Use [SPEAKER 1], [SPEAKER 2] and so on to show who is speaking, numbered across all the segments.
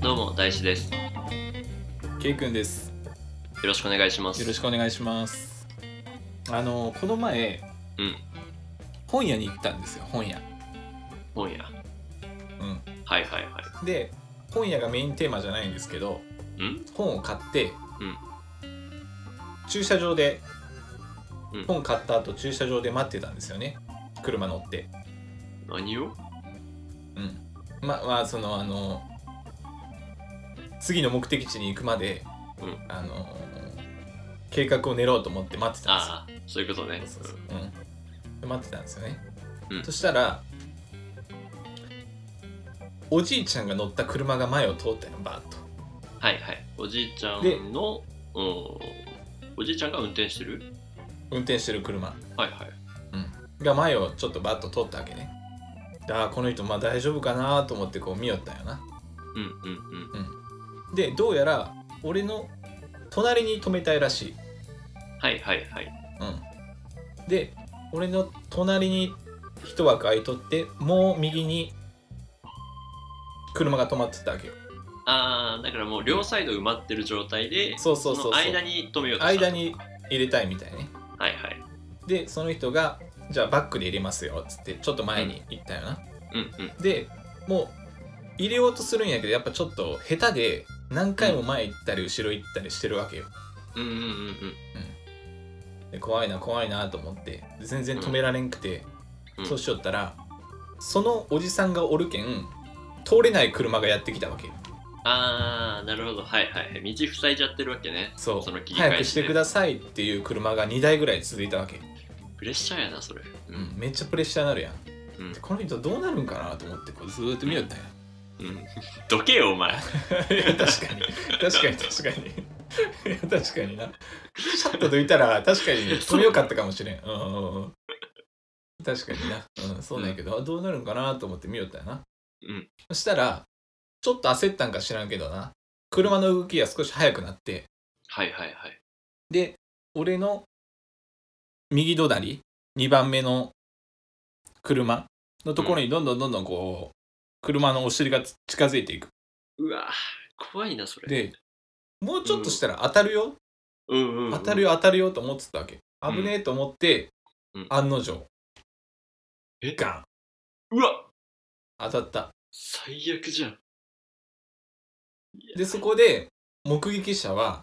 [SPEAKER 1] どうも大志ですよ
[SPEAKER 2] K 君です
[SPEAKER 1] ろしくお願いします
[SPEAKER 2] よろしくお願いしますあのこの前、
[SPEAKER 1] うん
[SPEAKER 2] 本屋に行ったんですよ本屋、
[SPEAKER 1] 本屋
[SPEAKER 2] う
[SPEAKER 1] はいはいは
[SPEAKER 2] ん、で本屋がメインテーマじゃないんですけど
[SPEAKER 1] いん
[SPEAKER 2] 本を買って、
[SPEAKER 1] うん
[SPEAKER 2] 駐車場で
[SPEAKER 1] うん
[SPEAKER 2] 本買った後駐車場で待ってたんですよね車乗って
[SPEAKER 1] 何を
[SPEAKER 2] うんままあそのあの次の目的地に行くまで、
[SPEAKER 1] うん
[SPEAKER 2] あの計画を練ろうと思って待ってたんですよ
[SPEAKER 1] ああそういうことね
[SPEAKER 2] そうそうそううんで待ってたんですよね、
[SPEAKER 1] うん
[SPEAKER 2] そしたらおじいちゃんが乗った車が前を通ったのバーッと
[SPEAKER 1] うんはいはいおじいちゃ
[SPEAKER 2] で
[SPEAKER 1] んのおおじいちゃんが運転してる
[SPEAKER 2] 運転してる車
[SPEAKER 1] はいはい
[SPEAKER 2] が前をちょっとバッと通ったわけねであーこの人まあ大丈夫かなと思ってこう見よったんよな
[SPEAKER 1] うんうんうん
[SPEAKER 2] でどうやら俺の隣に止めたいらしい、
[SPEAKER 1] はいはいはい
[SPEAKER 2] うん、で俺の隣に一枠空いとってもう右に車が止まってたわけよ
[SPEAKER 1] ああだからもう両サイド埋まってる状態で
[SPEAKER 2] そうそうそうそう
[SPEAKER 1] の間に止めようとした
[SPEAKER 2] 間に入れたいみたいね
[SPEAKER 1] はいはい
[SPEAKER 2] でその人がじゃあバックで入れますよっつってちょっと前に行ったよな、
[SPEAKER 1] うんうん
[SPEAKER 2] でもう入れようとするんやけどやっぱちょっと下手で何回も前行ったり後ろ行ったりしてるわけよ
[SPEAKER 1] うんうんうん
[SPEAKER 2] で怖いな怖いなと思ってで全然止められんくて、
[SPEAKER 1] うん
[SPEAKER 2] そうしよったらそのおじさんがおるけん通れない車がやってきたわけよ
[SPEAKER 1] ああなるほどはいはい道塞いじゃってるわけね
[SPEAKER 2] そう
[SPEAKER 1] その切り返し、ね、
[SPEAKER 2] 早くしてくださいっていう車が2台ぐらい続いたわけ、
[SPEAKER 1] プレッシャーやなそれう
[SPEAKER 2] うん、めっちゃプレッシャーになるやん、
[SPEAKER 1] うん
[SPEAKER 2] でこの人どうなるんかなと思ってこうずーっと見よったんや
[SPEAKER 1] うん、 どけよお前
[SPEAKER 2] い や確かに確かに確かにいや確かになシャッとどいたら確かに止めよかったかもしれんうんうんうん確かにな、うん、そうなんやけど、あどうなるんかなと思って見よったよな、
[SPEAKER 1] うん
[SPEAKER 2] そしたらちょっと焦ったんか知らんけどな車の動きが少し速くなって
[SPEAKER 1] はいはいはい
[SPEAKER 2] で俺の右隣2番目の車のところにどんどんどんどんこう車のお尻が近づいていく
[SPEAKER 1] うわ怖いなそれ
[SPEAKER 2] でもうちょっとしたら当たるよ、
[SPEAKER 1] うんうんうん、
[SPEAKER 2] 当たるよ当たるよと思ってたわけ
[SPEAKER 1] ん
[SPEAKER 2] 危ねえと思って、
[SPEAKER 1] うん
[SPEAKER 2] 案の定
[SPEAKER 1] え
[SPEAKER 2] ガン
[SPEAKER 1] うわ
[SPEAKER 2] 当たった
[SPEAKER 1] 最悪じゃんいや
[SPEAKER 2] でそこで目撃者は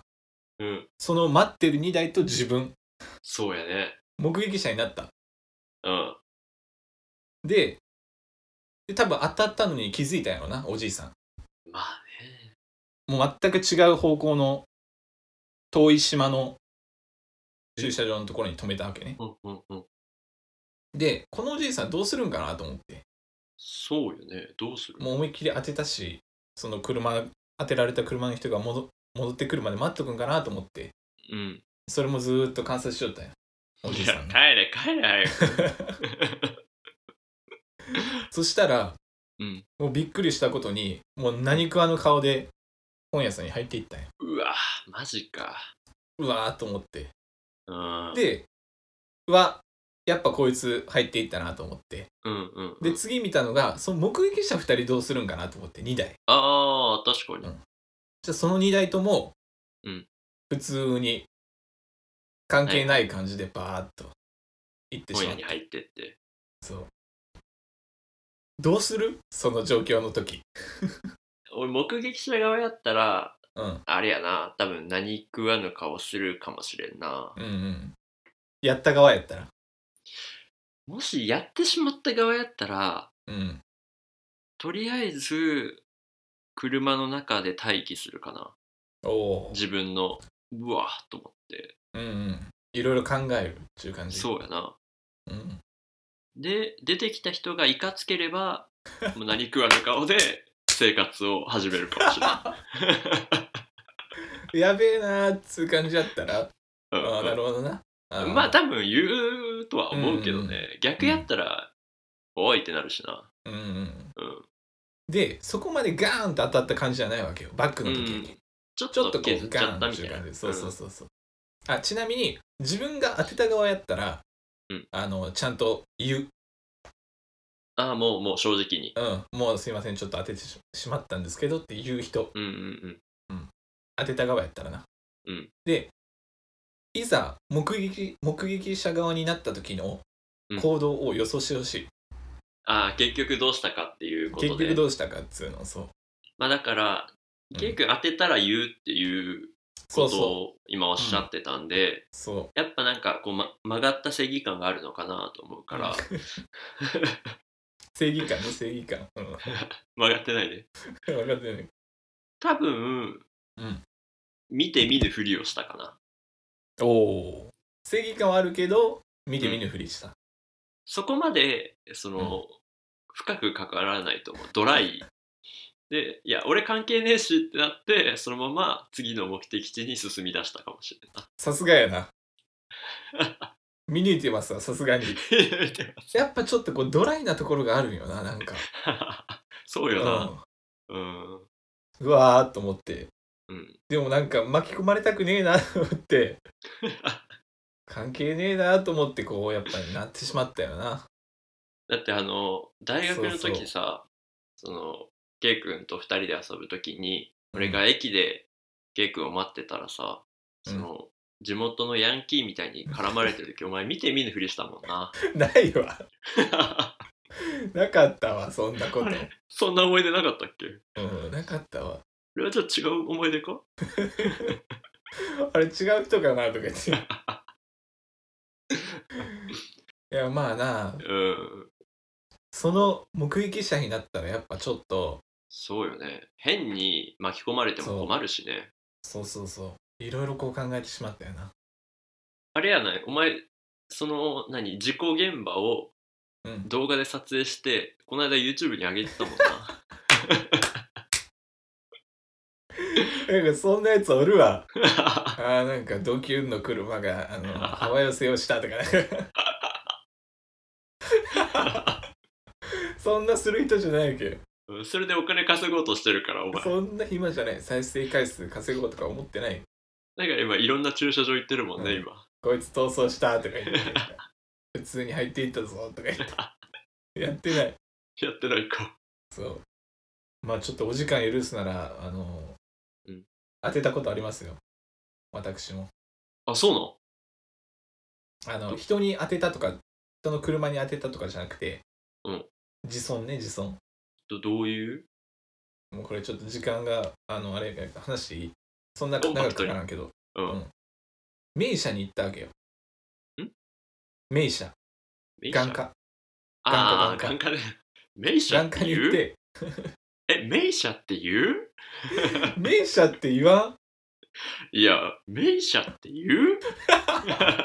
[SPEAKER 1] うん
[SPEAKER 2] その待ってる2台と自分
[SPEAKER 1] そうやね
[SPEAKER 2] 目撃者になった
[SPEAKER 1] うん
[SPEAKER 2] でで多分当たったのに気づいたんやろなおじいさ
[SPEAKER 1] まあね
[SPEAKER 2] んもう全く違う方向の遠い島の駐車場のところに止めたわけね
[SPEAKER 1] うんうんうん
[SPEAKER 2] でこのおじいさんどうするんかなと思って
[SPEAKER 1] そうよねどうする
[SPEAKER 2] もう思いっきり当てたしその車当てられた車の人が戻戻ってくるまで待っとくんかなと思って
[SPEAKER 1] うん
[SPEAKER 2] それもずーっと観察しよったんやおじ
[SPEAKER 1] い
[SPEAKER 2] さ
[SPEAKER 1] や
[SPEAKER 2] ん
[SPEAKER 1] 帰
[SPEAKER 2] が
[SPEAKER 1] れ帰れ早く
[SPEAKER 2] そしたら
[SPEAKER 1] うん
[SPEAKER 2] もうびっくりしたことにもう何食わぬ顔で本屋さんに入っていったんや
[SPEAKER 1] うわマジか
[SPEAKER 2] うわーと思って
[SPEAKER 1] うん
[SPEAKER 2] でうわやっぱこいつ入っていったなと思って
[SPEAKER 1] うんうんう
[SPEAKER 2] で
[SPEAKER 1] ん
[SPEAKER 2] 次見たのがその目撃者2人どうするんかなと思って2台
[SPEAKER 1] ああ確かに
[SPEAKER 2] じゃあその2台とも
[SPEAKER 1] うん
[SPEAKER 2] 普通に関係ない感じでバーッと行って
[SPEAKER 1] 本
[SPEAKER 2] しま
[SPEAKER 1] 屋
[SPEAKER 2] っ
[SPEAKER 1] に
[SPEAKER 2] た
[SPEAKER 1] 入ってって
[SPEAKER 2] そうどうするその状況の時
[SPEAKER 1] 俺目撃者側やったら
[SPEAKER 2] うん
[SPEAKER 1] あれやな多分何食わぬ顔するかもしれんな
[SPEAKER 2] うんうんやった側やったら
[SPEAKER 1] もしやってしまった側やったら
[SPEAKER 2] うん
[SPEAKER 1] とりあえず車の中で待機するかな
[SPEAKER 2] おお
[SPEAKER 1] 自分のうわーっと思って
[SPEAKER 2] うんうんいろいろ考えるっていう感じ
[SPEAKER 1] そうやな
[SPEAKER 2] うん、うん、
[SPEAKER 1] で出てきた人がいかつければもう何食わぬ顔で生活を始めるかも しれ
[SPEAKER 2] やべえなーっつう感じやったら
[SPEAKER 1] ない
[SPEAKER 2] ああなるほどな
[SPEAKER 1] う
[SPEAKER 2] あ
[SPEAKER 1] ん
[SPEAKER 2] ー
[SPEAKER 1] まあ多分言うとは思うけどね、
[SPEAKER 2] うんう
[SPEAKER 1] 逆やったら、おいってなるしな
[SPEAKER 2] うんうん
[SPEAKER 1] うん
[SPEAKER 2] でそこまでガーンと当たった感じじゃないわけよバックの時に、
[SPEAKER 1] うんちょっ
[SPEAKER 2] ちょっと
[SPEAKER 1] と
[SPEAKER 2] こ
[SPEAKER 1] 削
[SPEAKER 2] う
[SPEAKER 1] っち
[SPEAKER 2] ガ
[SPEAKER 1] ゃ
[SPEAKER 2] ー
[SPEAKER 1] っ
[SPEAKER 2] ン
[SPEAKER 1] た
[SPEAKER 2] と
[SPEAKER 1] み
[SPEAKER 2] したて
[SPEAKER 1] い
[SPEAKER 2] る
[SPEAKER 1] な
[SPEAKER 2] 感じそうそうそうそうあちなみに自分が当てた側やったら、
[SPEAKER 1] うん
[SPEAKER 2] あのちゃんと言う
[SPEAKER 1] ああ、もう、もう正直に。
[SPEAKER 2] うん、もうすいません、ちょっと当ててししまったんですけどっていう人、
[SPEAKER 1] うんうん
[SPEAKER 2] 当てた側やったらな。
[SPEAKER 1] うん
[SPEAKER 2] で、いざ目撃目撃者側になった時の
[SPEAKER 1] うん
[SPEAKER 2] 行動を予想してほしい。
[SPEAKER 1] ああ、結局どうしたかっていうことで。
[SPEAKER 2] 結局どうしたかっつうの、そう。
[SPEAKER 1] まあだから、
[SPEAKER 2] うん
[SPEAKER 1] 結局当てたら言うっていう
[SPEAKER 2] そ
[SPEAKER 1] こ
[SPEAKER 2] う
[SPEAKER 1] と
[SPEAKER 2] そう。
[SPEAKER 1] を今おっしゃってたんで、
[SPEAKER 2] そう
[SPEAKER 1] やっぱなんかこう、ま、曲がった正義感があるのかなと思うから
[SPEAKER 2] 正義感ね、正義感。うん。
[SPEAKER 1] 曲がってないね
[SPEAKER 2] 分かってない。
[SPEAKER 1] 多分、
[SPEAKER 2] うん
[SPEAKER 1] 見て見ぬふりをしたかな
[SPEAKER 2] おお。正義感はあるけど、見て見ぬふりした。
[SPEAKER 1] そこまでその、
[SPEAKER 2] うん
[SPEAKER 1] 深く関わらないと思うドライでいや俺関係ねえしってなってそのまま次の目的地に進み出したかもしれない
[SPEAKER 2] さすがや な。見抜いてますわ、さすが に。
[SPEAKER 1] 見てます
[SPEAKER 2] やっぱちょっとこうドライなところがあるんよな、なんか。
[SPEAKER 1] そう
[SPEAKER 2] う
[SPEAKER 1] よなんうん、
[SPEAKER 2] うわーっと思って。
[SPEAKER 1] うん、
[SPEAKER 2] でもなんか巻き込まれたくねえなと思って。関係ねえなと思ってこうやっぱりなってしまったよな。
[SPEAKER 1] だってあの大学の
[SPEAKER 2] そうそう
[SPEAKER 1] 時さそのケイ君と2人で遊ぶ時に俺が駅でケイ君を待ってたらさ、その地元のヤンキーみたいに絡まれてる 時お前見て見ぬふりしたもんな
[SPEAKER 2] ないわ。なかったわ、そんなこ
[SPEAKER 1] あれそんな思い出なかったっけ
[SPEAKER 2] と。うん、なかったわ。
[SPEAKER 1] それはちょっと違う思い出か
[SPEAKER 2] あれ違う人かなとか言 って。いや、まあな、
[SPEAKER 1] うん
[SPEAKER 2] その目撃者になったらやっぱちょっと、
[SPEAKER 1] そうよね変に巻き込まれても困るしね
[SPEAKER 2] そうそうそう。いろいろこう考えてしまったよな。
[SPEAKER 1] あれやないお前その何事故現場を
[SPEAKER 2] うん。
[SPEAKER 1] 動画で撮影してこの間 YouTube に上げてたもんな
[SPEAKER 2] なんかそんなやつおるわ。 あーなんかドキュンの車があ の幅寄せをしたとかなんか そんなする人じゃないけ
[SPEAKER 1] うんそれでお金稼ごうとしてるからお前
[SPEAKER 2] そんな暇じゃない再生回数稼ごうとか思ってない
[SPEAKER 1] なんか今いろんな駐車場行ってるもんね、
[SPEAKER 2] うん
[SPEAKER 1] 今
[SPEAKER 2] こいつ逃走したとか言 って普通に入っていったぞとか言ってやってない
[SPEAKER 1] やってないか
[SPEAKER 2] そうまあちょっとお時間許すならあの、
[SPEAKER 1] うん
[SPEAKER 2] 当てたことありますよ私も
[SPEAKER 1] あそうなの
[SPEAKER 2] あの人に当てたとか人の車に当てたとかじゃなくて、
[SPEAKER 1] うん
[SPEAKER 2] 自損ね自損
[SPEAKER 1] どどういう
[SPEAKER 2] もうこれちょっと時間があのあれ話していいそんな
[SPEAKER 1] コ
[SPEAKER 2] 長
[SPEAKER 1] ンパ
[SPEAKER 2] く
[SPEAKER 1] クト
[SPEAKER 2] か
[SPEAKER 1] に
[SPEAKER 2] からんけど
[SPEAKER 1] うん、
[SPEAKER 2] うん名車に行ったわけよ
[SPEAKER 1] ん
[SPEAKER 2] 名車
[SPEAKER 1] メイシャ
[SPEAKER 2] 眼科
[SPEAKER 1] ああ
[SPEAKER 2] 眼
[SPEAKER 1] 眼科ね メイシャ
[SPEAKER 2] 眼
[SPEAKER 1] っ
[SPEAKER 2] 科
[SPEAKER 1] て
[SPEAKER 2] に
[SPEAKER 1] 言
[SPEAKER 2] 行っ
[SPEAKER 1] う
[SPEAKER 2] て
[SPEAKER 1] えメイシャって言う
[SPEAKER 2] 名車って言わん
[SPEAKER 1] いやメイシャって言う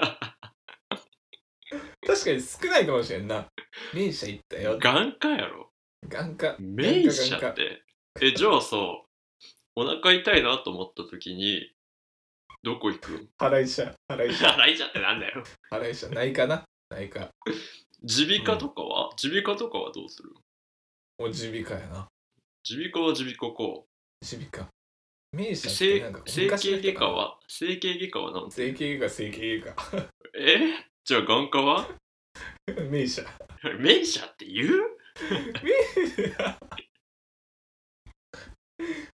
[SPEAKER 2] 確かに少ないかもしれんな名車行ったよ
[SPEAKER 1] 眼科やろ
[SPEAKER 2] 眼科
[SPEAKER 1] メイシャってえじゃあさお腹痛いなと思った時にどこ行く ん
[SPEAKER 2] 払い車払い車
[SPEAKER 1] 払いじゃってなんだよ
[SPEAKER 2] 払い車内科な内科
[SPEAKER 1] 耳鼻科とかは耳鼻科とかはどうする
[SPEAKER 2] お耳鼻科やな
[SPEAKER 1] 耳鼻科は耳鼻科か
[SPEAKER 2] 耳鼻科名車って
[SPEAKER 1] 整
[SPEAKER 2] なんか
[SPEAKER 1] 整
[SPEAKER 2] 昔の
[SPEAKER 1] 形
[SPEAKER 2] 人
[SPEAKER 1] 外
[SPEAKER 2] か
[SPEAKER 1] 科
[SPEAKER 2] な
[SPEAKER 1] は整形外科は何
[SPEAKER 2] 整形外科整形外科
[SPEAKER 1] えじゃあ眼科は
[SPEAKER 2] 名車
[SPEAKER 1] 名車って言う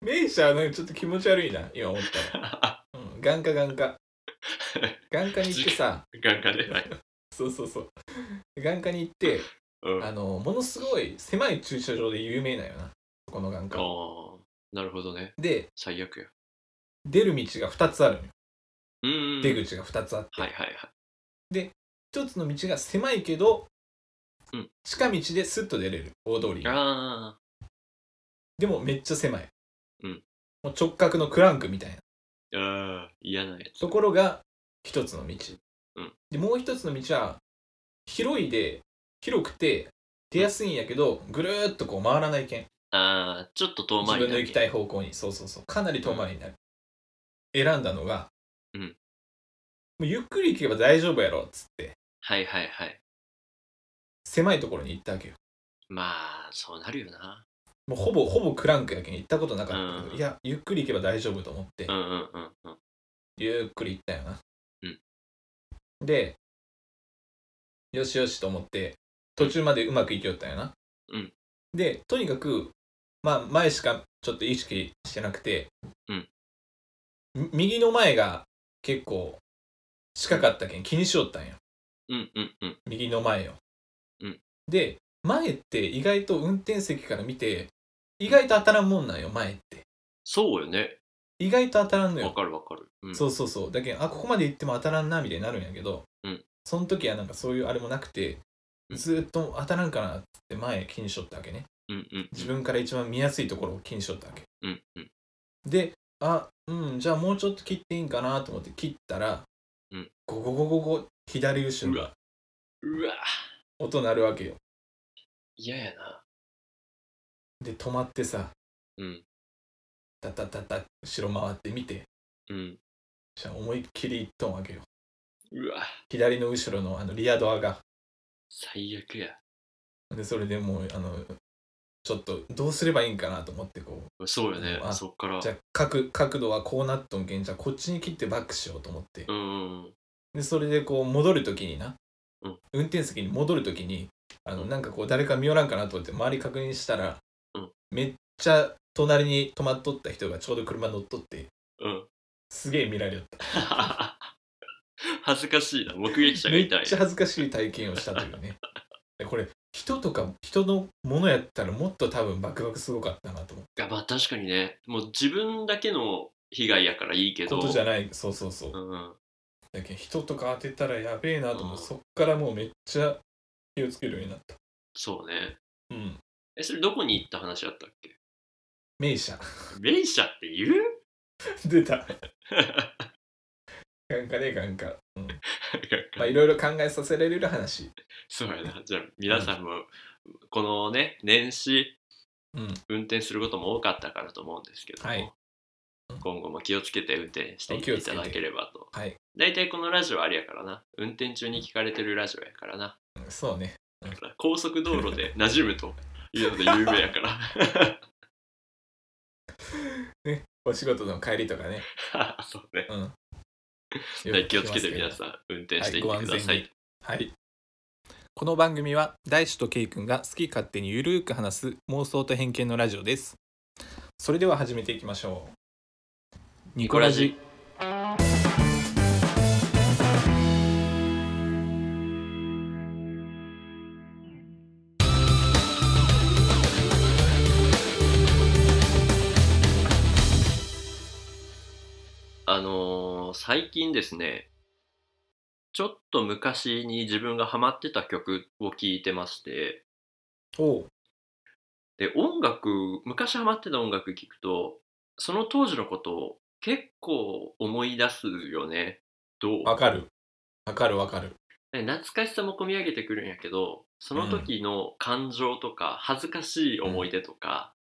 [SPEAKER 2] 名車はなんかちょっと気持ち悪いな今思ったら、うん、眼科眼科眼科に行ってさ
[SPEAKER 1] 眼科ではい、
[SPEAKER 2] そうそうそう眼科に行って
[SPEAKER 1] うん、
[SPEAKER 2] あ
[SPEAKER 1] あ
[SPEAKER 2] のものすごい狭い駐車場で有名なんよなこの眼
[SPEAKER 1] あ
[SPEAKER 2] 科
[SPEAKER 1] なるほどね
[SPEAKER 2] で
[SPEAKER 1] 最悪や
[SPEAKER 2] 出る道が2つあるのよ
[SPEAKER 1] うーん
[SPEAKER 2] 出口が2つあって、
[SPEAKER 1] はいはいはい
[SPEAKER 2] 1つの道が狭いけど、
[SPEAKER 1] うん
[SPEAKER 2] 近道ですっと出れる大通り
[SPEAKER 1] あ
[SPEAKER 2] でもめっちゃ狭い、
[SPEAKER 1] うん
[SPEAKER 2] もう直角のクランクみたい
[SPEAKER 1] ー
[SPEAKER 2] な
[SPEAKER 1] あー嫌なやつ
[SPEAKER 2] ところが一つの道、
[SPEAKER 1] うん
[SPEAKER 2] でもう一つの道は広いで広くて出やすいんやけど、ぐるーっとこう回らないけん
[SPEAKER 1] ああちょっと遠
[SPEAKER 2] 自
[SPEAKER 1] 回り
[SPEAKER 2] 分
[SPEAKER 1] だ
[SPEAKER 2] の
[SPEAKER 1] ね
[SPEAKER 2] 行きたい方向にそうそうそうかなり遠回りになる、選んだのが、
[SPEAKER 1] うん
[SPEAKER 2] もうゆっくり行けば大丈夫やろっつって
[SPEAKER 1] はいはいはい
[SPEAKER 2] 狭いところに行ったわけよ
[SPEAKER 1] まあそうなるよな
[SPEAKER 2] もうほぼほぼクランクやけん行ったことなかったけど、
[SPEAKER 1] うん
[SPEAKER 2] いやゆっくり行けば大丈夫と思って、
[SPEAKER 1] うんうんうんうん
[SPEAKER 2] ゆっくり行ったよな。
[SPEAKER 1] うん
[SPEAKER 2] で、よしよしと思って、途中までうまくいきよったよな。
[SPEAKER 1] うん
[SPEAKER 2] でとにかく、まあ、前しかちょっと意識してなくて、
[SPEAKER 1] うん
[SPEAKER 2] み右の前が結構近かったけん気にしよったんよ
[SPEAKER 1] うんうんうん
[SPEAKER 2] 右の前を、
[SPEAKER 1] うん
[SPEAKER 2] で前って意外と運転席から見て意外と当たらんもんなんよ前って
[SPEAKER 1] そうよね
[SPEAKER 2] 意外と当たらんのよ
[SPEAKER 1] わかるわかる、うん、
[SPEAKER 2] そうそうそうだけどあここまで行っても当たらんなみたいになるんやけど、
[SPEAKER 1] うん
[SPEAKER 2] その時はなんかそういうあれもなくて
[SPEAKER 1] うん
[SPEAKER 2] ずーっと当たらんかなっつって前気にしとったわけね
[SPEAKER 1] うんうん
[SPEAKER 2] 自分から一番見やすいところを気にしとったわけ
[SPEAKER 1] うんうん
[SPEAKER 2] であうんじゃあもうちょっと切っていいんかなと思って切ったら、
[SPEAKER 1] うん
[SPEAKER 2] ゴゴゴゴゴ左後
[SPEAKER 1] う
[SPEAKER 2] ろ
[SPEAKER 1] わうわ
[SPEAKER 2] 音鳴るわけよ
[SPEAKER 1] 嫌やな
[SPEAKER 2] で止まってさ
[SPEAKER 1] うん
[SPEAKER 2] タタタタ後ろ回ってみて
[SPEAKER 1] うん
[SPEAKER 2] じゃあ思いっきり行っとんわけよ
[SPEAKER 1] うわ
[SPEAKER 2] 左の後ろのあのリアドアが
[SPEAKER 1] 最悪や
[SPEAKER 2] でそれでもうあのちょっとどうすればいいんかなと思ってこ
[SPEAKER 1] そうよね
[SPEAKER 2] あ
[SPEAKER 1] そっから
[SPEAKER 2] うじゃあ角角度はこうなっとんけんじゃあこっちに切ってバックしようと思って
[SPEAKER 1] うんうんうん
[SPEAKER 2] でそれでこう戻る時にな、
[SPEAKER 1] うん
[SPEAKER 2] 運転席に戻る時にあの
[SPEAKER 1] うん
[SPEAKER 2] なんかこう誰か見よらんかなと思って周り確認したら、
[SPEAKER 1] うん
[SPEAKER 2] めっちゃ隣に止まっとった人がちょうど車乗っとって
[SPEAKER 1] うん
[SPEAKER 2] すげえ見られよった
[SPEAKER 1] 恥ずかしいな目撃者が
[SPEAKER 2] めっ
[SPEAKER 1] い
[SPEAKER 2] ち
[SPEAKER 1] たん
[SPEAKER 2] ゃ
[SPEAKER 1] や
[SPEAKER 2] 恥ずかしい体験をしたという ねでこれ人とか人のものやったらもっと多分バクバクすごかったなと思って
[SPEAKER 1] いやまあ確かにねもう自分だけの被害やからいいけど
[SPEAKER 2] ことじゃないそうそうそう
[SPEAKER 1] うんうん
[SPEAKER 2] だけど人とか当てたらやべえなと思って、
[SPEAKER 1] うん
[SPEAKER 2] そっからもうめっちゃ気をつけるようになった
[SPEAKER 1] そうね
[SPEAKER 2] うん
[SPEAKER 1] えそれどこに行った話だったっけ
[SPEAKER 2] 名車
[SPEAKER 1] 名車って言う
[SPEAKER 2] 出た眼科ね眼科うん
[SPEAKER 1] なんか
[SPEAKER 2] まあいろいろ考えさせられる話
[SPEAKER 1] そうやなじゃあ皆さんもこのね年始
[SPEAKER 2] うん
[SPEAKER 1] 運転することも多かったからと思うんですけども、
[SPEAKER 2] はいうん
[SPEAKER 1] 今後も気をつけて運転していっていただければと
[SPEAKER 2] はい
[SPEAKER 1] 大体このラジオあれやからな運転中に聞かれてるラジオやからな
[SPEAKER 2] そうね
[SPEAKER 1] だから高速道路で馴染むというので有名やから
[SPEAKER 2] お仕事の帰りとかね
[SPEAKER 1] そうね
[SPEAKER 2] うん
[SPEAKER 1] はい 気をつけて皆
[SPEAKER 2] ん
[SPEAKER 1] さん運転していってくださ、
[SPEAKER 2] はいいご安全にはいこの番組は大志とケイ君が好き勝手にゆるーく話す妄想と偏見のラジオですそれでは始めていきましょうニ
[SPEAKER 1] コラジあのー最近ですねちょっと昔に自分がハマってた曲を聴いてまして
[SPEAKER 2] おう
[SPEAKER 1] で音楽昔ハマってた音楽聴くとその当時のことを結構思い出すよねどう
[SPEAKER 2] わかるわかるわかる
[SPEAKER 1] ね懐かしさも込み上げてくるんやけどその時の感情とか恥ずかしい思い出とか、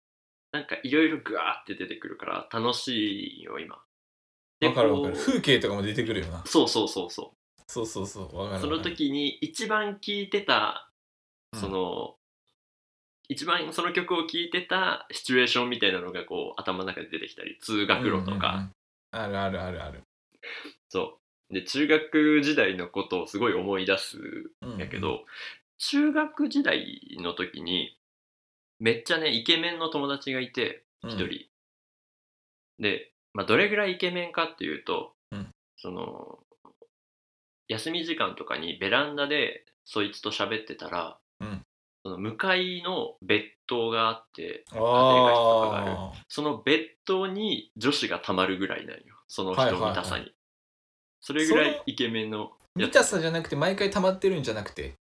[SPEAKER 1] なんかいろいろグワーって出てくるから楽しいよ今で
[SPEAKER 2] わかるわかる
[SPEAKER 1] こう
[SPEAKER 2] 風景とかも出てくるよな
[SPEAKER 1] そうそうそうそ
[SPEAKER 2] そうそうそうわか
[SPEAKER 1] う
[SPEAKER 2] る
[SPEAKER 1] その時に一番聴いてたその、一番その曲を聴いてたシチュエーションみたいなのがこう頭の中で出てきたり通学路とか、、
[SPEAKER 2] うんうんうんあるあるあるある、
[SPEAKER 1] そうで中学時代のことをすごい思い出す
[SPEAKER 2] うん
[SPEAKER 1] やけど、中学時代の時にめっちゃねイケメンの友達がいて
[SPEAKER 2] うん
[SPEAKER 1] 一人、で、まあ、どれぐらいイケメンかっていうと、
[SPEAKER 2] うん
[SPEAKER 1] その休み時間とかにベランダでそいつと喋ってたら、
[SPEAKER 2] うん
[SPEAKER 1] その向かいの別棟があって
[SPEAKER 2] あ
[SPEAKER 1] その別棟に女子がたまるぐらいなんよその人
[SPEAKER 2] はいはいはい
[SPEAKER 1] 見たさに、それぐら
[SPEAKER 2] そ
[SPEAKER 1] い
[SPEAKER 2] の
[SPEAKER 1] イケメンの
[SPEAKER 2] ー見たさじゃなくて毎回溜まってるんじゃなくて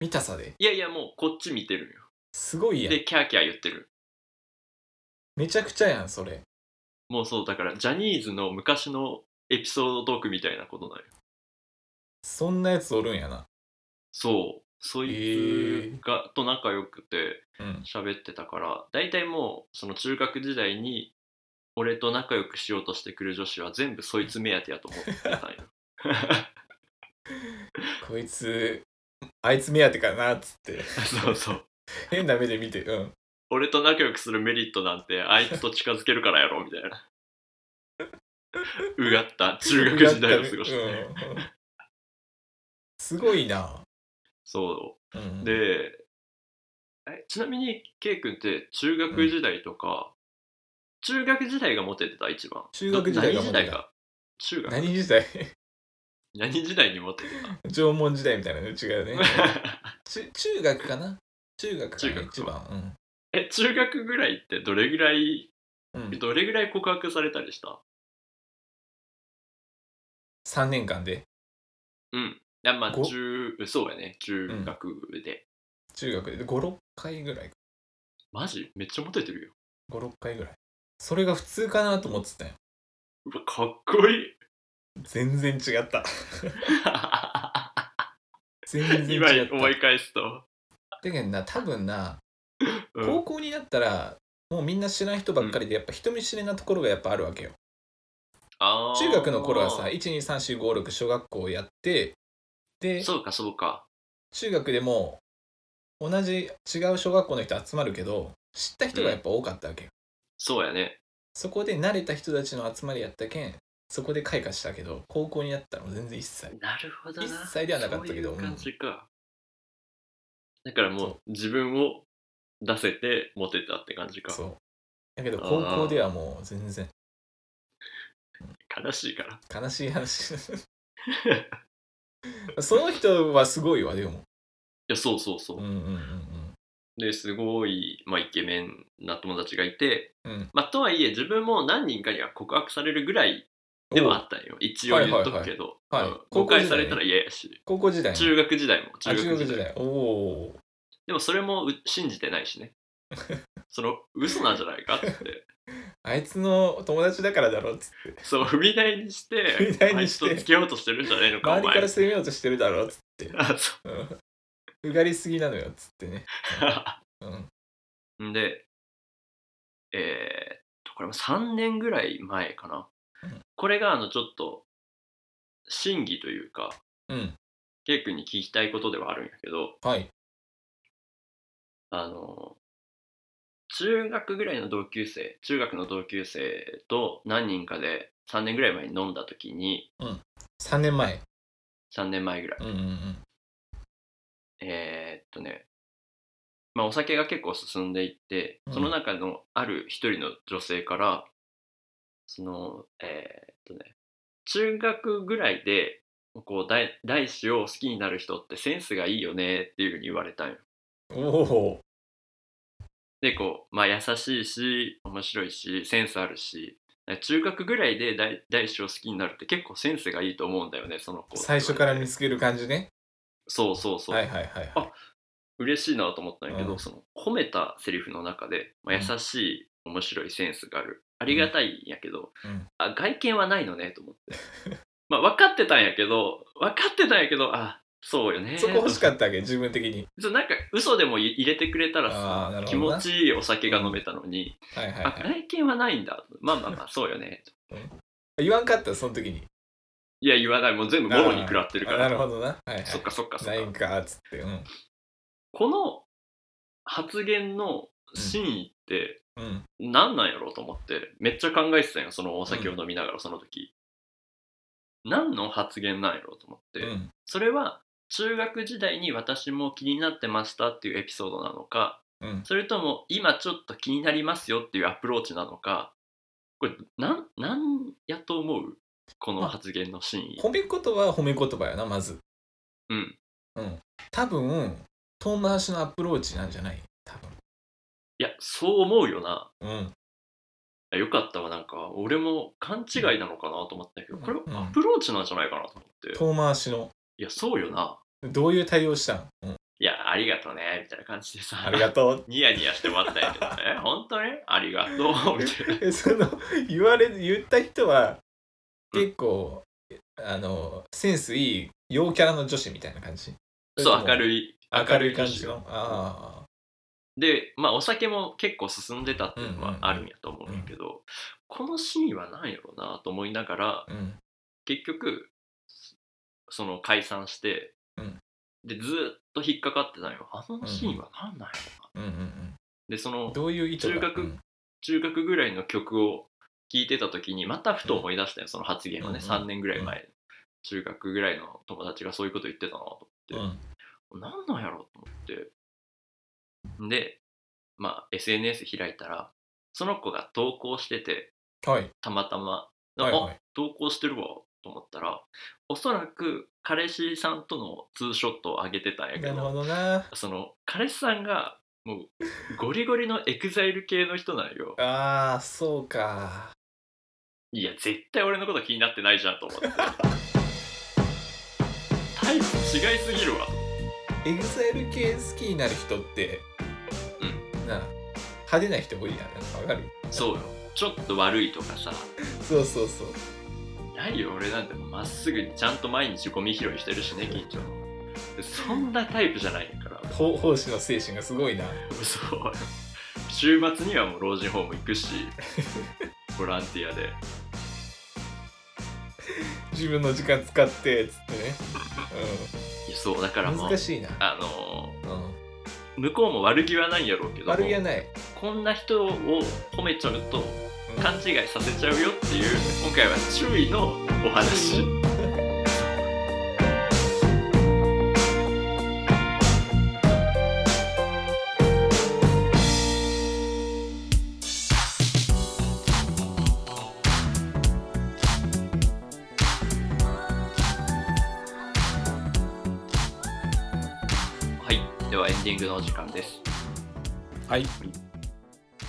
[SPEAKER 2] 見たさで
[SPEAKER 1] いやいやもうこっち見てるんよ
[SPEAKER 2] すごいやん
[SPEAKER 1] でキャーキャー言ってる
[SPEAKER 2] めちゃくちゃやんそれ
[SPEAKER 1] もうそうだからジャニーズの昔のエピソードトークみたいなことなんよ
[SPEAKER 2] そんなやつおるんやな
[SPEAKER 1] そうそいつが、と仲良くて
[SPEAKER 2] うん
[SPEAKER 1] 喋ってたから大体もうその中学時代に俺と仲良くしようとしてくる女子は全部そいつ目当てやと思って たんよ
[SPEAKER 2] こいつあいつ目当てかなっつって
[SPEAKER 1] そうそう
[SPEAKER 2] 変な目で見てうん
[SPEAKER 1] 俺と仲良くするメリットなんてあいつと近づけるからやろみたい なうがった中学時代を過ごして、
[SPEAKER 2] うんうんすごいな、
[SPEAKER 1] そう
[SPEAKER 2] うん、
[SPEAKER 1] でえちなみに K 君って中学時代とか、中学時代がモテてた一番
[SPEAKER 2] 中学時代が
[SPEAKER 1] ど
[SPEAKER 2] モテ
[SPEAKER 1] 何時代
[SPEAKER 2] た
[SPEAKER 1] か中学
[SPEAKER 2] 何時代
[SPEAKER 1] 何時代にモテてた
[SPEAKER 2] 縄文時代みたいなの違 うねち中学かな中学かな
[SPEAKER 1] 中学か
[SPEAKER 2] 一番、
[SPEAKER 1] え中学ぐらいってどれぐらい
[SPEAKER 2] うんうん、
[SPEAKER 1] どれぐらい告白されたりした
[SPEAKER 2] 3年間で
[SPEAKER 1] うんいやまあ
[SPEAKER 2] ご
[SPEAKER 1] 中そうやね中学で、
[SPEAKER 2] 中学で56回ぐらい
[SPEAKER 1] マジめっちゃモテてるよ
[SPEAKER 2] 56回ぐらいそれが普通かなと思ってたよ
[SPEAKER 1] うわかっこいい
[SPEAKER 2] 全然 違った全然違
[SPEAKER 1] 今
[SPEAKER 2] った
[SPEAKER 1] 思い返すと、
[SPEAKER 2] だけどな多分な
[SPEAKER 1] うん
[SPEAKER 2] 高校になったらもうみんな知らない人ばっかりでやっぱ人見知りなところがやっぱあるわけよ
[SPEAKER 1] あー
[SPEAKER 2] 中学の頃はさ123456小学校やってで
[SPEAKER 1] そうかそうか
[SPEAKER 2] 中学でも同じ違う小学校の人集まるけど知った人がやっぱ多かったわけよ、
[SPEAKER 1] そうやね
[SPEAKER 2] そこで慣れた人たちの集まりやったけんそこで開花したけど高校になったの全然一切
[SPEAKER 1] なるほどな
[SPEAKER 2] 一切ではなかったけど
[SPEAKER 1] そういう感じか、だからもう自分を出せてモテたって感じか
[SPEAKER 2] そうだけど高校ではもう全然
[SPEAKER 1] 悲しいから
[SPEAKER 2] 悲しい話 その人はすごいわでも
[SPEAKER 1] いやそうそうそう、
[SPEAKER 2] うんうんうん
[SPEAKER 1] ですごい、まあ、イケメンな友達がいて、
[SPEAKER 2] うんうん
[SPEAKER 1] まあ、とはいえ自分も何人かには告白されるぐらいではあったんよ一応言っとくけど、
[SPEAKER 2] はいはいはいは
[SPEAKER 1] うん
[SPEAKER 2] い
[SPEAKER 1] 公
[SPEAKER 2] 高校
[SPEAKER 1] 開
[SPEAKER 2] 時代
[SPEAKER 1] されたら嫌やし
[SPEAKER 2] 高校時代
[SPEAKER 1] 中学時代も
[SPEAKER 2] あ
[SPEAKER 1] 中学時
[SPEAKER 2] 中
[SPEAKER 1] 代
[SPEAKER 2] 学時代おおー
[SPEAKER 1] でもそれもう信じてない しねその嘘なんじゃないかっつって
[SPEAKER 2] あいつの友達だからだろっつって
[SPEAKER 1] そう踏み台にして
[SPEAKER 2] 踏み台にして
[SPEAKER 1] あいつとつけようとしてるんじゃないのか
[SPEAKER 2] 周りから
[SPEAKER 1] お
[SPEAKER 2] 攻めようとしてるだろっつって
[SPEAKER 1] 前 あそう
[SPEAKER 2] うんうがりすぎなのよっつっ てね、うん、
[SPEAKER 1] んで、えーっと、これも3年ぐらい前かな
[SPEAKER 2] うん。
[SPEAKER 1] これが、あの、ちょっと、審議というか、
[SPEAKER 2] うん、
[SPEAKER 1] ケイ君に聞きたいことではあるんやけど、
[SPEAKER 2] はい
[SPEAKER 1] あの、中学ぐらいの同級生、中学の同級生と何人かで3年ぐらい前に飲んだ時に、
[SPEAKER 2] 3年前
[SPEAKER 1] 3年前ぐらい、
[SPEAKER 2] うんうんうん
[SPEAKER 1] えーっとね、まあ、お酒が結構進んでいって
[SPEAKER 2] うん
[SPEAKER 1] その中のある一人の女性から、そのえーっとね中学ぐらいでこう大大志を好きになる人ってセンスがいいよねっていうふうに言われたんよ。
[SPEAKER 2] おお
[SPEAKER 1] でこう、まあ、優しいし面白いしセンスあるし中学ぐらいで大大志を好きになるって結構センスがいいと思うんだよねその子
[SPEAKER 2] 最初から見つける感じね
[SPEAKER 1] そうそうそう、
[SPEAKER 2] はいはいはいはい
[SPEAKER 1] 嬉しいなと思ったんやけど、
[SPEAKER 2] うん
[SPEAKER 1] その褒めたセリフの中で、まあ、
[SPEAKER 2] うん
[SPEAKER 1] 優しい、面白いセンスがあるありがたいんやけど、
[SPEAKER 2] うん
[SPEAKER 1] あ外見はないのねと思って まあ分かってたんやけど分かってたんやけどあそうよね
[SPEAKER 2] そこ欲し か
[SPEAKER 1] っ
[SPEAKER 2] ったわけ自分的に
[SPEAKER 1] たなんか嘘でも入れてくれたら
[SPEAKER 2] あーな
[SPEAKER 1] さ
[SPEAKER 2] るほ
[SPEAKER 1] 気
[SPEAKER 2] ど
[SPEAKER 1] 持
[SPEAKER 2] な
[SPEAKER 1] ちいいお酒が飲めたのに、
[SPEAKER 2] はいはいは
[SPEAKER 1] あ
[SPEAKER 2] い
[SPEAKER 1] 外見はないんだまあまあまあそうよね
[SPEAKER 2] 言わんかったその時に
[SPEAKER 1] いや言わないもう全部もろに食らってるか
[SPEAKER 2] あな
[SPEAKER 1] ら
[SPEAKER 2] るほどなはいはい
[SPEAKER 1] そっかそっかそっ
[SPEAKER 2] ないん
[SPEAKER 1] か
[SPEAKER 2] かっつってうん
[SPEAKER 1] この発言の真意って、
[SPEAKER 2] うん
[SPEAKER 1] なんなんやろうと思ってめっちゃ考えてたんよそのお酒を飲みながらその時、何の発言なんやろうと思って、
[SPEAKER 2] うん
[SPEAKER 1] それは中学時代に私も気になってましたっていうエピソードなのか
[SPEAKER 2] うん
[SPEAKER 1] それとも今ちょっと気になりますよっていうアプローチなのかこれなんなんやと思うこの発言の真意、
[SPEAKER 2] 褒め言葉は褒め言葉やなまず
[SPEAKER 1] うん
[SPEAKER 2] 多分遠回しのアプローチなんじゃない多
[SPEAKER 1] いやそう思うよな
[SPEAKER 2] 分うん
[SPEAKER 1] いやよかったわなんか俺も勘違いなのかなと思ったけどこれ
[SPEAKER 2] うん
[SPEAKER 1] アプローチなんじゃないかなと思って、
[SPEAKER 2] 遠回しの
[SPEAKER 1] いやそうよな
[SPEAKER 2] どういう対応したん、うん、
[SPEAKER 1] いや、ありがとうね、みたいな感じでさ、
[SPEAKER 2] ありがとう
[SPEAKER 1] ニヤニヤしてもらったんやけどね、 本当にありがとう、みたいな。
[SPEAKER 2] えその言われ言った人は
[SPEAKER 1] うん
[SPEAKER 2] 結構、あのセンスいい陽キャラの女子みたいな感じ
[SPEAKER 1] そう、明
[SPEAKER 2] い
[SPEAKER 1] るい、
[SPEAKER 2] 明るい感じ
[SPEAKER 1] 女子
[SPEAKER 2] のあ
[SPEAKER 1] で、まあ、お酒も結構進んでたっていうの
[SPEAKER 2] うん
[SPEAKER 1] は
[SPEAKER 2] うんうん
[SPEAKER 1] あるんやと思うんやけど、このシーンは何やろうなと思いながら、
[SPEAKER 2] あうん
[SPEAKER 1] 結局、その解散して、
[SPEAKER 2] うん
[SPEAKER 1] で、ずーっと引っかかってたんよ。あのシーンは何なんやろな。
[SPEAKER 2] うんうん
[SPEAKER 1] で、そ
[SPEAKER 2] うん
[SPEAKER 1] の、
[SPEAKER 2] どういう意図が
[SPEAKER 1] 中学
[SPEAKER 2] うん
[SPEAKER 1] 中学ぐらいの曲を聴いてた時にまたふと思い出したよその発言をね
[SPEAKER 2] うん
[SPEAKER 1] 3年ぐらい前中学ぐらいの友達がそういうこと言ってたなと
[SPEAKER 2] うん
[SPEAKER 1] 何なんやろうと思ってで、まあ、SNS 開いたらその子が投稿してて
[SPEAKER 2] はい。
[SPEAKER 1] たまたま「
[SPEAKER 2] はいは
[SPEAKER 1] あ
[SPEAKER 2] い。
[SPEAKER 1] 投稿してるわ」と思ったらおそらく彼氏さんとのツーショットを上げてたんやけ
[SPEAKER 2] なる
[SPEAKER 1] ど
[SPEAKER 2] ほどな。
[SPEAKER 1] その彼氏さんがもうゴリゴリのエグザイル系の人なんよ
[SPEAKER 2] ああ、そうか。
[SPEAKER 1] いや絶対俺のこと気になってないじゃんと思って タイプ違いすぎるわ
[SPEAKER 2] エグザイル系好きになる人って、なあ派手な人多いやん。なんかわかる
[SPEAKER 1] そうよちょっと悪いとかさ
[SPEAKER 2] そうそうそう。
[SPEAKER 1] ないよ俺なんてもうまっすぐにちゃんと毎日ゴミ拾いしてるしね近所のそんなタイプじゃない から
[SPEAKER 2] ほ奉仕の精神がすごいな。
[SPEAKER 1] そう週末にはもう老人ホーム行くし ボランティアで
[SPEAKER 2] 自分の時間使って、つってね。
[SPEAKER 1] いやそうだか
[SPEAKER 2] う
[SPEAKER 1] ら
[SPEAKER 2] ん。
[SPEAKER 1] もう
[SPEAKER 2] 難しいな。
[SPEAKER 1] あの
[SPEAKER 2] うん。
[SPEAKER 1] ー向こうも悪気はないんやろうけども
[SPEAKER 2] 悪気はない。
[SPEAKER 1] こんな人を褒めちゃうと
[SPEAKER 2] うん
[SPEAKER 1] 勘違いさせちゃうよっていう今回は注意のお話はいではエンディングのお時間です
[SPEAKER 2] はい。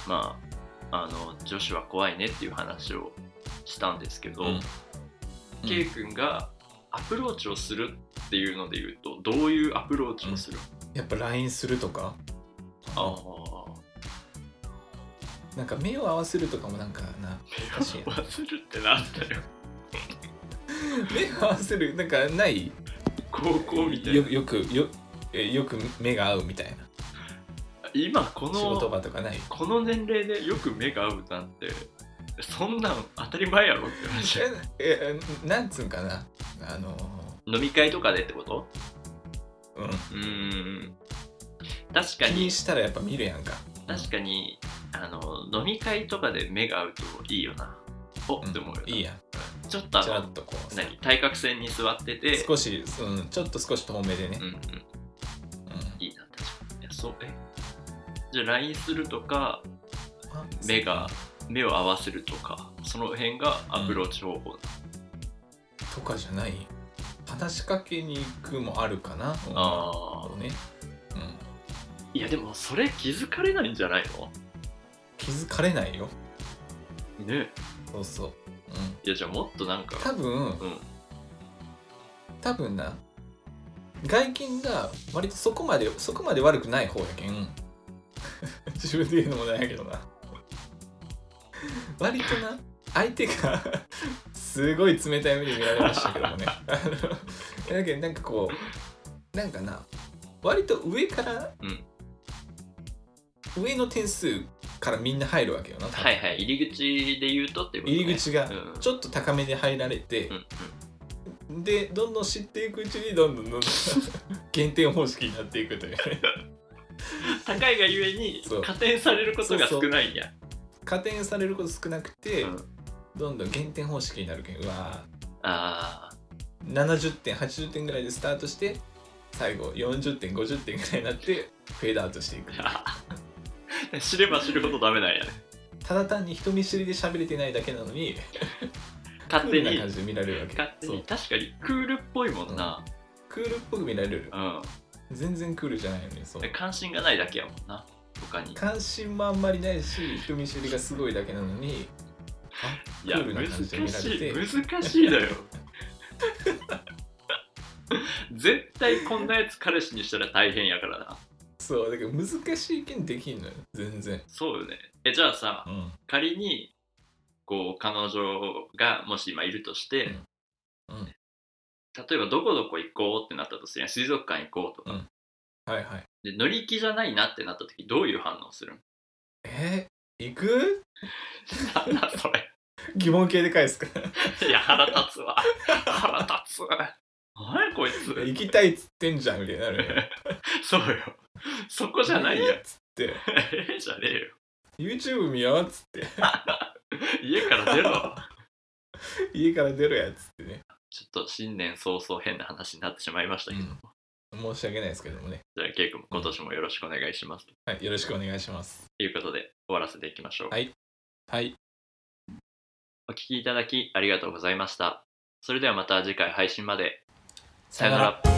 [SPEAKER 1] まあ、あの女子は怖いねっていう話をしたんですけど、
[SPEAKER 2] うん
[SPEAKER 1] K 君がアプローチをするっていうので言うとどういうアプローチをする、
[SPEAKER 2] やっぱ LINE するとか。
[SPEAKER 1] あ
[SPEAKER 2] なんか目を合わせるとかもなんかな
[SPEAKER 1] あ
[SPEAKER 2] 難しいな
[SPEAKER 1] 忘れるってなんだよ
[SPEAKER 2] 目を合わせるなんかない
[SPEAKER 1] 高校みたい
[SPEAKER 2] よ
[SPEAKER 1] な
[SPEAKER 2] よくよえよく目が合うみたいな
[SPEAKER 1] 今こ
[SPEAKER 2] 仕事
[SPEAKER 1] の
[SPEAKER 2] 場と かない
[SPEAKER 1] この年齢でよく目が合うなんてそんなん当たり前やろって話
[SPEAKER 2] ええなんつうんかなあの
[SPEAKER 1] 飲み会とかでってこと
[SPEAKER 2] うん
[SPEAKER 1] うーん確か
[SPEAKER 2] 気
[SPEAKER 1] に
[SPEAKER 2] にしたらやっぱ見るやんか
[SPEAKER 1] 確かにあの飲み会とかで目が合うといいよなお
[SPEAKER 2] うん
[SPEAKER 1] って思うよな、
[SPEAKER 2] いいやん
[SPEAKER 1] ちょっとあ
[SPEAKER 2] ちら
[SPEAKER 1] の
[SPEAKER 2] っとこう
[SPEAKER 1] 何対角線に座ってて
[SPEAKER 2] 少し、うん、ちょっと少し遠目でね
[SPEAKER 1] うん、うん
[SPEAKER 2] うん
[SPEAKER 1] いいな確かにいやそうえじゃあ LINE するとか目が目を合わせるとかその辺がアプローチ方法、
[SPEAKER 2] とかじゃない話しかけに行くもあるかな
[SPEAKER 1] あ
[SPEAKER 2] あ
[SPEAKER 1] あ
[SPEAKER 2] ね、うん、
[SPEAKER 1] いやでもそれ気づかれないんじゃないの
[SPEAKER 2] 気づかれないよ
[SPEAKER 1] ね
[SPEAKER 2] そうそう、うん、
[SPEAKER 1] いやじゃあもっとなんか
[SPEAKER 2] 多分、
[SPEAKER 1] ん
[SPEAKER 2] 多分な外見が割とそこまでそこまで悪くない方やけん 自分で言うのもないやけどな割とな相手がすごい冷たい目で見られましたけどもねあのだけどなんかこうなんかな割と上から、上の点数からみんな入るわけよな、多分
[SPEAKER 1] はいはい入り口で言うとっていうこと、ね、
[SPEAKER 2] 入り口が
[SPEAKER 1] うん
[SPEAKER 2] ちょっと高めに入られて、
[SPEAKER 1] うんうん
[SPEAKER 2] でどんどん知っていくうちにどんどんど んどん減点方式になっていくというね
[SPEAKER 1] 高いがゆえに
[SPEAKER 2] そう
[SPEAKER 1] 加点されることが少
[SPEAKER 2] そうそう
[SPEAKER 1] ないんや
[SPEAKER 2] 加点されること少なくて、
[SPEAKER 1] うん
[SPEAKER 2] どんどん減点方式になるけんうわ
[SPEAKER 1] ああ
[SPEAKER 2] ー70点80点ぐらいでスタートして最後40点50点ぐらいになってフェードアウトしていく
[SPEAKER 1] 知れば知るほどダメなんやね
[SPEAKER 2] ただ単に人見知りで喋れてないだけなのに
[SPEAKER 1] 勝手
[SPEAKER 2] こん
[SPEAKER 1] に
[SPEAKER 2] な感じで見られるわけ
[SPEAKER 1] 勝手
[SPEAKER 2] そう
[SPEAKER 1] に確かにクールっぽいもんな、
[SPEAKER 2] クールっぽく見られる
[SPEAKER 1] うん
[SPEAKER 2] 全然クールじゃないのにそう
[SPEAKER 1] 関心がないだけやもんな他に
[SPEAKER 2] 関心もあんまりないし人見知りがすごいだけなのに
[SPEAKER 1] いや
[SPEAKER 2] クールな
[SPEAKER 1] 難
[SPEAKER 2] 感じで
[SPEAKER 1] しい
[SPEAKER 2] 見ら
[SPEAKER 1] 難しいの よ絶対こんなやつ彼氏にしたら大変やからな
[SPEAKER 2] そうだけど難しいけんできんのよ全然
[SPEAKER 1] そうよねえじゃあさ
[SPEAKER 2] うん
[SPEAKER 1] 仮にこう彼女がもし今いるとして、
[SPEAKER 2] うんうん
[SPEAKER 1] 例えばどこどこ行こうってなったとするやん水族館行こうとか、
[SPEAKER 2] はいはい
[SPEAKER 1] で乗り気じゃないなってなった時どういう反応するん
[SPEAKER 2] えー、行く
[SPEAKER 1] なんだ それ
[SPEAKER 2] 疑問形で 返すから
[SPEAKER 1] いや腹立つわ腹立つ何やこいつ
[SPEAKER 2] 行きたいっつってんじゃんみたいになるよ
[SPEAKER 1] そうよそこじゃないや
[SPEAKER 2] えーっつって
[SPEAKER 1] え えじゃねえよ
[SPEAKER 2] YouTube 見ようっつって
[SPEAKER 1] 家から出ろ
[SPEAKER 2] 家から出るやっつってね
[SPEAKER 1] ちょっと新年早々変な話になってしまいましたけど、
[SPEAKER 2] う申し訳ないですけどもね。
[SPEAKER 1] じゃあ、ケイ君も今年もよろしくお願いします。と
[SPEAKER 2] はい、よろしくお願いします。
[SPEAKER 1] いうことで、終わらせていきましょう。
[SPEAKER 2] はいはい。
[SPEAKER 1] お聞きいただきありがとうございました。それではまた次回配信まで。
[SPEAKER 2] さ
[SPEAKER 1] さよなら。